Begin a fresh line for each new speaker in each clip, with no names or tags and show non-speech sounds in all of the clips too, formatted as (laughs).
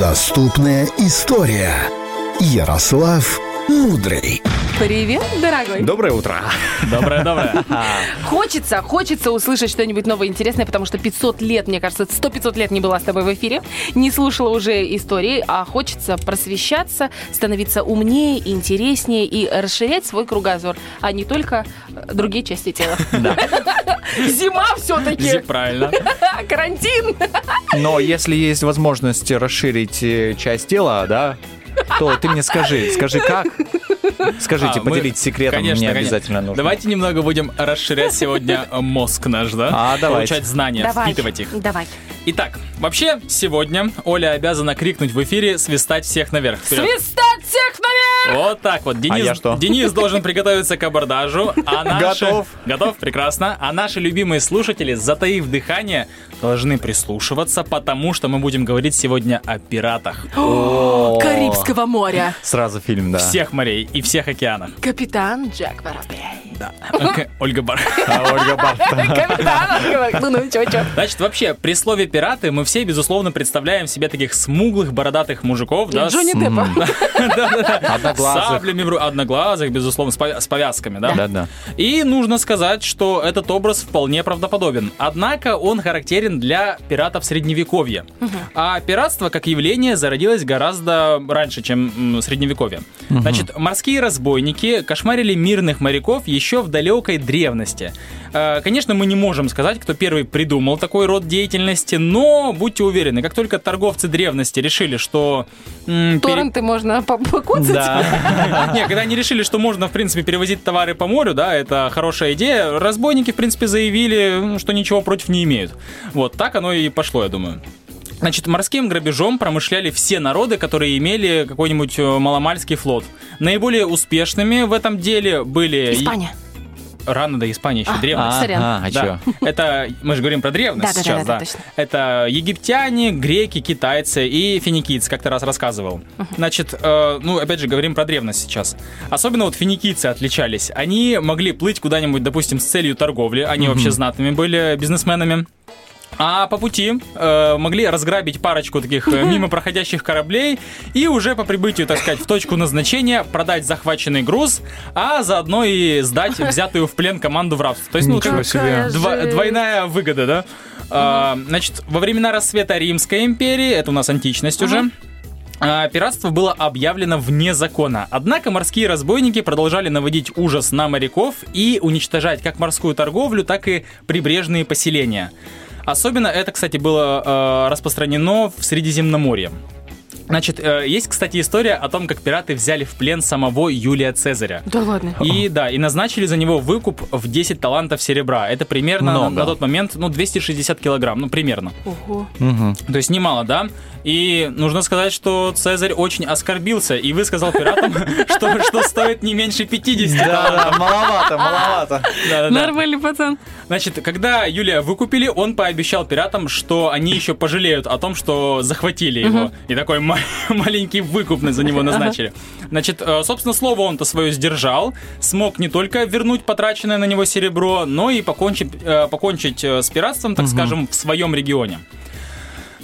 Доступная история. Ярослав Мудрый.
Привет, дорогой.
Доброе утро.
(laughs) Доброе-доброе.
Хочется, хочется услышать что-нибудь новое интересное, потому что 500 лет, мне кажется, 100-500 лет не была с тобой в эфире, не слушала уже истории, а хочется просвещаться, становиться умнее, интереснее и расширять свой кругозор, а не только э, другие части тела. (laughs) Зима все-таки,
Зип, правильно.
карантин.
Но если есть возможность расширить э, часть тела, да, то ты мне скажи, скажи как? Скажите,
А, мы-
поделитесь секретом,
конечно,
мне
конечно.
обязательно нужно.
Давайте немного будем расширять сегодня э, мозг наш, да?
А, давайте.
Получать знания, впитывать их.
Давай.
Итак, вообще, сегодня Оля обязана крикнуть в эфире «Свистать всех наверх». Вперед.
Свистать всех наверх!
Вот так вот. Денис,
А я что?
Денис должен приготовиться к абордажу.
(laughs)
А наши-
Готов.
Готов, прекрасно. А наши любимые слушатели, затаив дыхание, должны прислушиваться, потому что мы будем говорить сегодня о пиратах.
Карибского моря.
Сразу фильм, да.
Всех морей и всех океанах.
Капитан Джек Воробей.
Ок, Ольга Бар.
А Ольга Барт-
Капитан, он говорит, ну, ну, чё, чё.
Значит, вообще, при слове «пираты» мы все, безусловно, представляем себе таких смуглых, бородатых мужиков, да, с
Джонни
(laughs)
Деппа.
Одноглазых.
саблями в ру- одноглазых, безусловно, с, пов- с повязками, да?
Да-да.
И нужно сказать, что этот образ вполне правдоподобен. Однако он характерен для пиратов средневековья. А пиратство как явление зародилось гораздо раньше, чем м, средневековье. Значит, морские разбойники кошмарили мирных моряков еще в далекой древности. Э, Конечно, мы не можем сказать, кто первый придумал такой род деятельности, но будьте уверены, как только торговцы древности решили, что... м, пере-
Торренты можно по- покоцать.
(laughs) не, когда они решили, что можно, в принципе, перевозить товары по морю, да, это хорошая идея, разбойники, в принципе, заявили, м, что ничего против не имеют. Вот так оно и пошло, я думаю. Значит, морским грабежом промышляли все народы, которые имели какой-нибудь э, маломальский флот. Наиболее успешными в этом деле были...
Испания.
Рано до Испании еще, древность.
А,
Сорян.
а, а
Да.
чё?
Это мы же говорим про древность
Да-да-да,
сейчас,
да,
да.
точно.
Это египтяне, греки, китайцы и финикийцы, как ты раз рассказывал. Значит, э, ну опять же говорим про древность сейчас. Особенно вот финикийцы отличались. Они могли плыть куда-нибудь, допустим, с целью торговли. Они вообще знатными были бизнесменами. А по пути э, могли разграбить парочку таких э, мимо проходящих кораблей и уже по прибытию, так сказать, в точку назначения продать захваченный груз, а заодно и сдать взятую в плен команду в рабство. То есть, ну, как
Ничего
бы
себе.
дво-
Жесть.
двойная выгода, да? А, значит, во времена рассвета Римской империи, это у нас античность уже, а, Пиратство было объявлено вне закона. Однако морские разбойники продолжали наводить ужас на моряков и уничтожать как морскую торговлю, так и прибрежные поселения. Особенно это, кстати, было э, распространено в Средиземноморье. Значит, э, есть, кстати, история о том, как пираты взяли в плен самого Юлия Цезаря.
Да ладно.
И да, и назначили за него выкуп в 10 талантов серебра. Это примерно на-
Много.
на тот момент, ну, 260 килограмм, ну, примерно.
Ого.
Мгм.
То есть немало, да? И нужно сказать, что Цезарь очень оскорбился и высказал пиратам, (laughs) что, что стоит не меньше 50.
Да-да, маловато, маловато.
Да-да-да.
Нормальный пацан.
Значит, когда Юлия выкупили, он пообещал пиратам, что они еще пожалеют о том, что захватили его. И такой ма- (laughs) маленький выкуп на- за него назначили. Значит, э, собственно, слово он-то свое сдержал. Смог не только вернуть потраченное на него серебро, но и покончить, э, покончить э, с пиратством, так скажем, в своем регионе.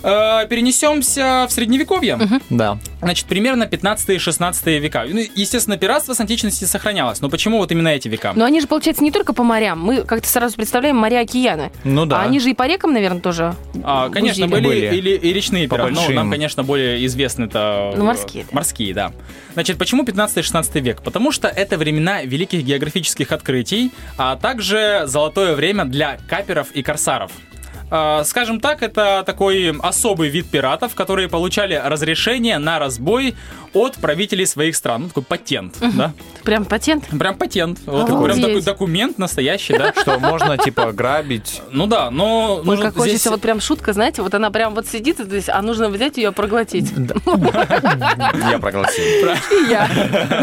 Э, Перенесемся в средневековье.
Да.
Значит, примерно 15-16 века. Ну, Естественно, пиратство с античности сохранялось. Но почему вот именно эти века?
Но они же, получается, не только по морям. Мы как-то сразу представляем моря океана.
Ну да.
А они же и по рекам, наверное, тоже.
А, конечно,
бузили.
были,
Ну, Были.
Или, и речные пираты. Ну,
большим.
нам, конечно, более известны это
Ну, морские, да.
Морские, да. Значит, почему 15-16 век? Потому что это времена великих географических открытий, а также золотое время для каперов и корсаров. А, Скажем так, это такой особый вид пиратов, которые получали разрешение на разбой от правителей своих стран. Ну, такой патент, да?
Прям патент.
Прям патент. Вот,
Обалдеть.
прям такой документ настоящий, да?
Что, можно, типа, грабить?
Ну да, но
Ой,
нужно
как хочется,
здесь- э,
вот прям шутка, знаете, вот она прям вот сидит здесь, а нужно взять ее проглотить.
Я прогласил.
И я.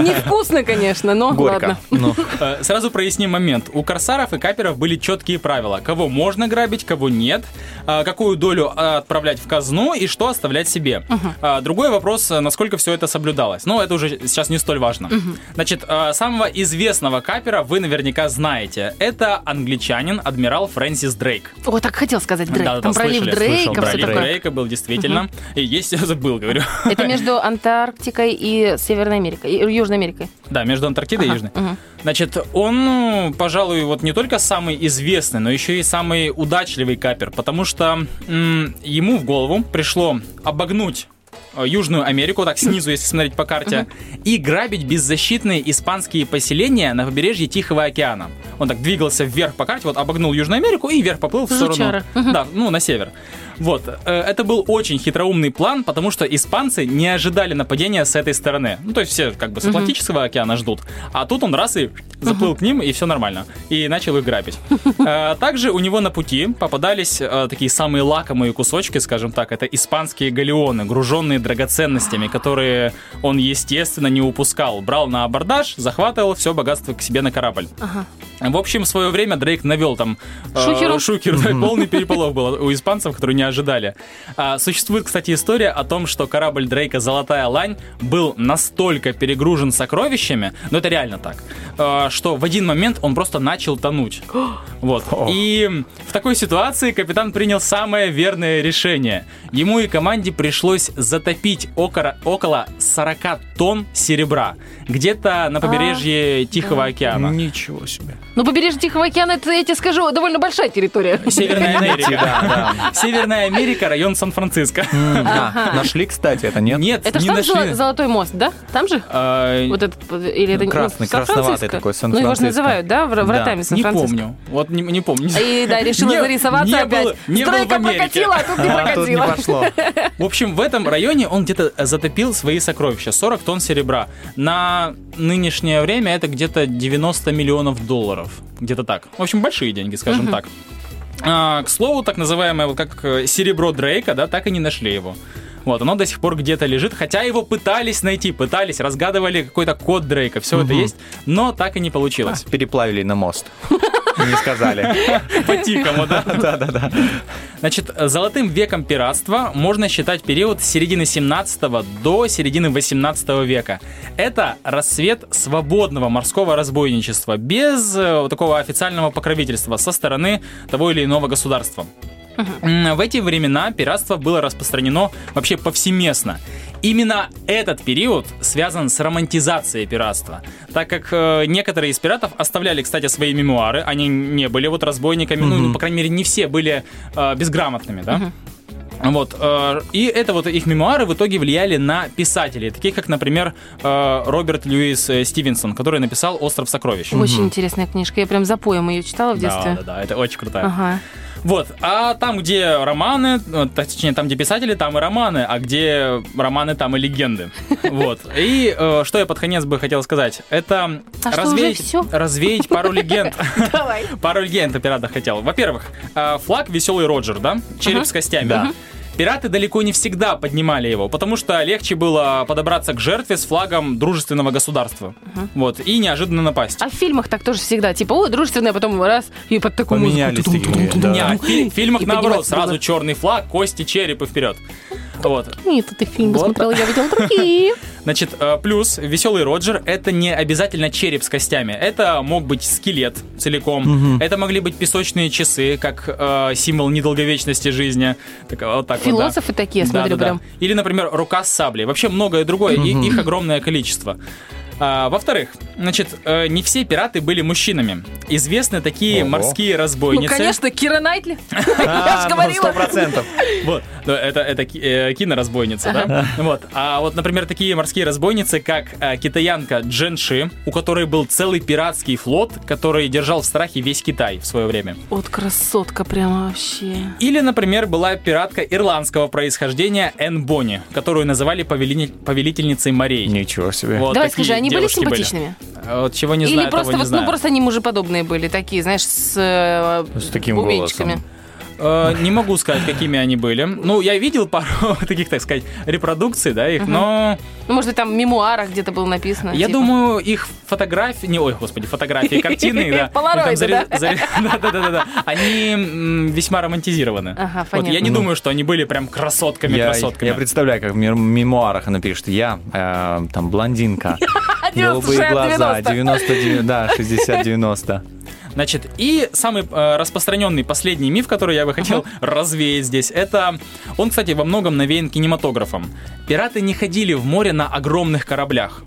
Невкусно, конечно, но
Горько.
ладно.
Ну,
Э, Сразу проясним момент. У корсаров и каперов были четкие правила. Кого можно грабить, кого нет. нет, а, какую долю а, отправлять в казну и что оставлять себе. А, Другой вопрос, а, насколько все это соблюдалось. Но это уже сейчас не столь важно. Значит, а, самого известного капера вы наверняка знаете. Это англичанин адмирал Фрэнсис Дрейк.
О, так хотел сказать Дрейк.
Да-да-да,
Там пролив
слышали, слышал,
Дрейка,
про
все
Лив
такое.
Дрейка был действительно. И есть, (laughs) забыл, говорю.
Это между Антарктикой и Северной Америкой, и Южной Америкой.
Да, между Антарктидой и
Ага,
Южной.
мгм.
Значит, он, ну, пожалуй, вот не только самый известный, но еще и самый удачливый капер, потому что м, ему в голову пришло обогнуть э, Южную Америку, так снизу, если смотреть по карте, и грабить беззащитные испанские поселения на побережье Тихого океана. Он так двигался вверх по карте, вот обогнул Южную Америку и вверх поплыл в сторону.
Жучара. Мгм.
Да, ну, на север. Вот, э, это был очень хитроумный план, потому что испанцы не ожидали нападения с этой стороны. Ну, то есть все как бы с Атлантического океана ждут. А тут он раз и заплыл к ним, и все нормально. И начал их грабить. Э, Также у него на пути попадались э, такие самые лакомые кусочки, скажем так. Это испанские галеоны, груженные драгоценностями, которые он, естественно, не упускал. Брал на абордаж, захватывал все богатство к себе на корабль. В общем, в свое время Дрейк навел там э,
Шухеру.
шухер, да, и полный переполох был у испанцев, которые не ожидали. А, Существует, кстати, история о том, что корабль Дрейка «Золотая лань» был настолько перегружен сокровищами, но это реально так, э, что в один момент он просто начал тонуть. Вот. И в такой ситуации капитан принял самое верное решение. Ему и команде пришлось затопить окоро- около 40 тонн серебра где-то на побережье Тихого океана.
Ничего себе.
Ну, побережье Тихого океана, это, я тебе скажу, довольно большая территория.
Северная Америка, Северная Америка, район Сан-Франциско.
А, Нашли, кстати, это нет?
Нет,
Это ж
не
там золо-
нашли.
золотой мост, да? Там же?
А,
Вот этот, э, или это не- ну,
Красный, красноватый
Сан-Франциско?
такой,
Ну, его же
Сан-Франциско.
называют, да, вра- вратами
Не
Сан-Франциско?
помню. Вот не, не помню.
И да, решила
Не-
зарисоваться
не
опять.
был- не был в
Стройка
Америке.
прокатила, а тут не
(laughs) А, тут не
прокатила.
пошло.
В общем, в этом районе он где-то э, затопил свои сокровища. 40 тонн серебра. На нынешнее время это где-то 90 миллионов долларов. Где-то так. В общем, большие деньги, скажем так. А, к слову, так называемое, вот как э, серебро Дрейка, да, так и не нашли его. Вот, оно до сих пор где-то лежит, хотя его пытались найти, пытались, разгадывали какой-то код Дрейка, все это есть, но так и не (laughs) получилось.
Переплавили на мост. Не сказали.
По-тихому, да?
Да-да-да.
Значит, золотым веком пиратства можно считать период с середины 17 до середины 18 века. Это рассвет свободного морского разбойничества, без э, вот такого официального покровительства со стороны того или иного государства. М, В эти времена пиратство было распространено вообще повсеместно. Именно этот период связан с романтизацией пиратства, так как э, некоторые из пиратов оставляли, кстати, свои мемуары, они не были вот разбойниками, ну, ну, по крайней мере, не все были э, безграмотными, да? Вот, э, и это вот их мемуары в итоге влияли на писателей, таких как, например, э, Роберт Льюис э, Стивенсон, который написал «Остров сокровищ».
Очень интересная книжка, я прям за поем ее читала в
Да,
детстве.
да, да, это очень крутая.
Ага.
Вот, а там, где романы, э, точнее, там, где писатели, там и романы, а где романы, там и легенды.
(laughs)
Вот. И э, что я под конец бы хотел сказать, это
А что, уже
развеять,
всё?
развеять пару легенд.
(laughs) Давай.
(laughs) Пару легенд о пиратах хотел. Во-первых, э, флаг веселый Роджер, да? Череп с костями.
Да.
Пираты далеко не всегда поднимали его, потому что легче было подобраться к жертве с флагом дружественного государства. Вот, и неожиданно напасть.
А в фильмах так тоже всегда. Типа, о, дружественная, потом раз, и под такую
Поменялись
музыку.
такие, да.
Не, а в фи- фильмах
Ну, И типа,
наоборот,
подниматься
сразу
было.
черный флаг, кости, череп и вперед. Вот.
Нет, ты фильм
Вот.
посмотрела, я видела другие.
Значит, э, плюс веселый Роджер это не обязательно череп с костями. Это мог быть скелет целиком. Это могли быть песочные часы, как э, символ недолговечности жизни. Так, вот так вот, да.
Философы такие,
Да,
смотрю,
да, да.
прям.
Или, например, рука с саблей. Вообще многое другое, и- их огромное количество. А, во-вторых, значит, э, не все пираты были мужчинами. Известны такие
Ого.
морские
Ну,
разбойницы.
конечно, Кира Найтли. (laughs) Я
А,
же
ну, Сто
говорила.
процентов.
Вот, Ну, это, это ки- э, киноразбойница, да? Вот. А вот, например, такие морские разбойницы, как э, китаянка Джен Ши, у которой был целый пиратский флот, который держал в страхе весь Китай в свое время.
Вот красотка прям вообще.
Или, например, была пиратка ирландского происхождения Энн Бонни, которую называли повелитель- повелительницей морей.
Ничего себе.
Вот
Давай
такие
скажи, они были
девушки
симпатичными?
А Вот чего не
Или
знаю,
просто
того не
вот, ну
знаю.
просто они мужеподобные были, такие, знаешь, с, э,
С таким
бубенчиками.
голосом.
Э, Не могу сказать, какими они были. Ну, я видел пару (laughs) таких, так сказать, репродукций, да, их, но
Ну, может быть, там в мемуарах где-то было написано.
я
типа.
думаю, их фотографии, не, ой, господи,
(laughs)
фотографии, картины, да.
Полароиды, да?
(laughs) Да-да-да, они м, весьма романтизированы.
Ага,
Вот я
понятно.
не думаю, что они были прям красотками,
Я, я
красотками.
представляю, как в мем- мемуарах она пишет, я э,
(laughs)
там блондинка, голубые
96,
глаза,
90.
90, да, 60-90.
Значит, и самый э, распространенный последний миф, который я бы хотел развеять здесь, это он, кстати, во многом навеян кинематографом. Пираты не ходили в море на огромных кораблях.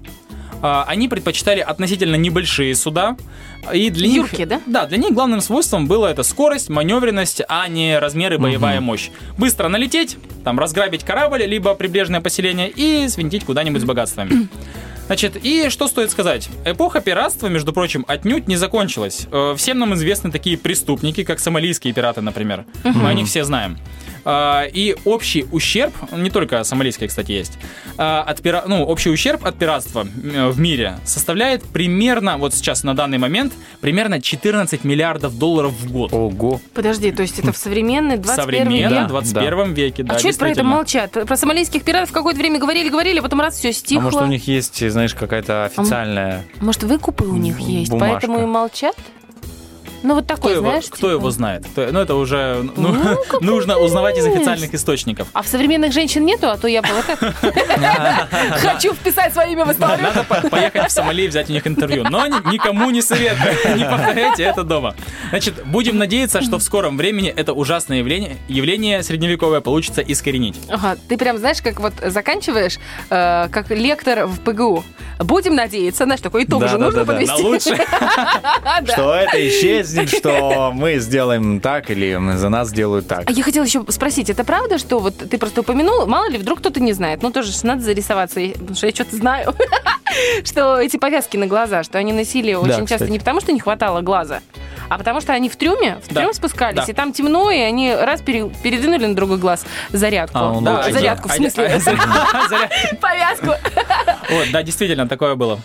А, Они предпочитали относительно небольшие суда. И для них-
Юрки, да?
Да, для них главным свойством было это скорость, маневренность, а не размеры боевая мощь. Быстро налететь, там разграбить корабль, либо прибрежное поселение и свинтить куда-нибудь с богатствами. Значит, и что стоит сказать? Эпоха пиратства, между прочим, отнюдь не закончилась. Э, Всем нам известны такие преступники, как сомалийские пираты, например. Мы о них все знаем. А, И общий ущерб, не только сомалийские, кстати, есть, а, от пира- ну, общий ущерб от пиратства м, э, в мире составляет примерно, вот сейчас на данный момент, примерно 14 миллиардов долларов в год.
(laughs) Ого. А
Подожди, то есть это в современный 21 век?
современном
Да,
21 веке, да,
А что про это
действительно.
молчат? Про сомалийских пиратов какое-то время говорили, говорили, а потом раз все стихло.
А может у них есть, знаешь, какая-то официальная...
Может, выкупы у них есть,
Бумажка.
поэтому и молчат? Ну, вот
Кто
такой,
его,
знаешь,
кто
типа.
его знает? Кто- ну, это уже ну,
Ну, какой
(laughs) нужно узнавать из
интерес.
официальных источников.
А в современных женщин нету, а то я бы вот
(laughs)
так хочу вписать свое имя в историю.
Надо по- поехать в Сомали и взять у них интервью. Но ни- никому не советую. (laughs) Не повторяйте это дома. Значит, будем надеяться, что в скором времени это ужасное явление, явление средневековое получится искоренить.
Ага, ты прям знаешь, как вот заканчиваешь, э, как лектор в ПГУ. Будем надеяться, знаешь, такой итог
Да,
же
да,
нужно
да, да.
На
подвести.
(laughs)
лучшее.
А, да.
Что
(laughs)
это исчезнет, что мы сделаем так или за нас делают так.
А я хотела еще спросить, это правда, что вот ты просто упомянул, мало ли, вдруг кто-то не знает, ну тоже ж надо зарисоваться, я- потому что я что-то знаю, (laughs) что эти повязки на глаза, что они носили очень часто
кстати.
не потому, что не хватало глаза, а потому что они в трюме, в
Да.
трюм спускались,
Да.
и там темно, и они раз пере- передвинули на другой глаз зарядку.
А, он
Да,
лучше, да.
зарядку, в
Один-
смысле,
один- (laughs) заряд.
(laughs) повязку.
Вот, да, действительно, такое было.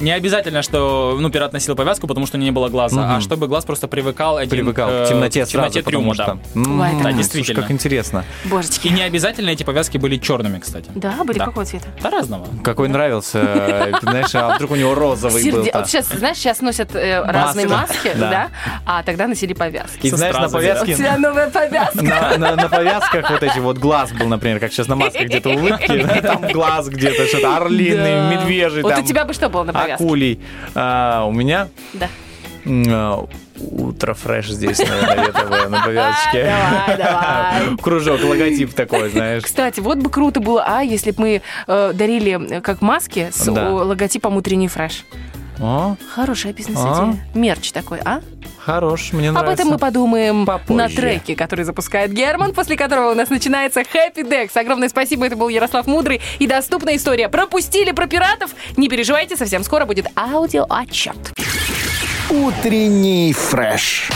Не обязательно, что ну, пират носил повязку, потому что не было глаза, а
Мгм.
чтобы глаз просто привыкал один,
Привыкал
э,
к темноте
к
сразу,
темноте трюма,
потому
да.
что... М,
Ой, это
Да,
слушай,
действительно.
как интересно.
Божечки.
И не обязательно эти повязки были черными, кстати.
Да, были
Да.
какого цвета?
Да разного.
Какой нравился, э, ты знаешь, а вдруг у него розовый был.
Серде- Вот сейчас, знаешь, сейчас носят э, разные маски,
Да.
да, а тогда носили повязки.
И знаешь, на
стразами.
У
повязке...
тебя новая повязка.
На, на- на повязках вот эти вот глаз был, например, как сейчас на масках где-то улыбки, да, там глаз где-то, что-то орлиный,
Да.
медвежий,
Вот
там,
у тебя бы что было на повязке?
акулий. А, у меня
Да.
м, а, утро фреш здесь, наверное, это было на
(laughs)
повязочке.
Давай, давай.
Кружок, логотип такой, знаешь.
Кстати, вот бы круто было, а если бы мы э, дарили э, как маски с
Да. А?
э, логотипом «Утренний фреш».
О,
Хорошая бизнес-идея. Мерч такой, а?
хорош, мне
Об
нравится.
этом мы подумаем
Попозже.
на треке, который запускает Герман, после которого у нас начинается Happy Dex. Огромное спасибо, это был Ярослав Мудрый и доступная история. Пропустили про пиратов? Не переживайте, совсем скоро будет аудиоотчет.
Утренний фреш.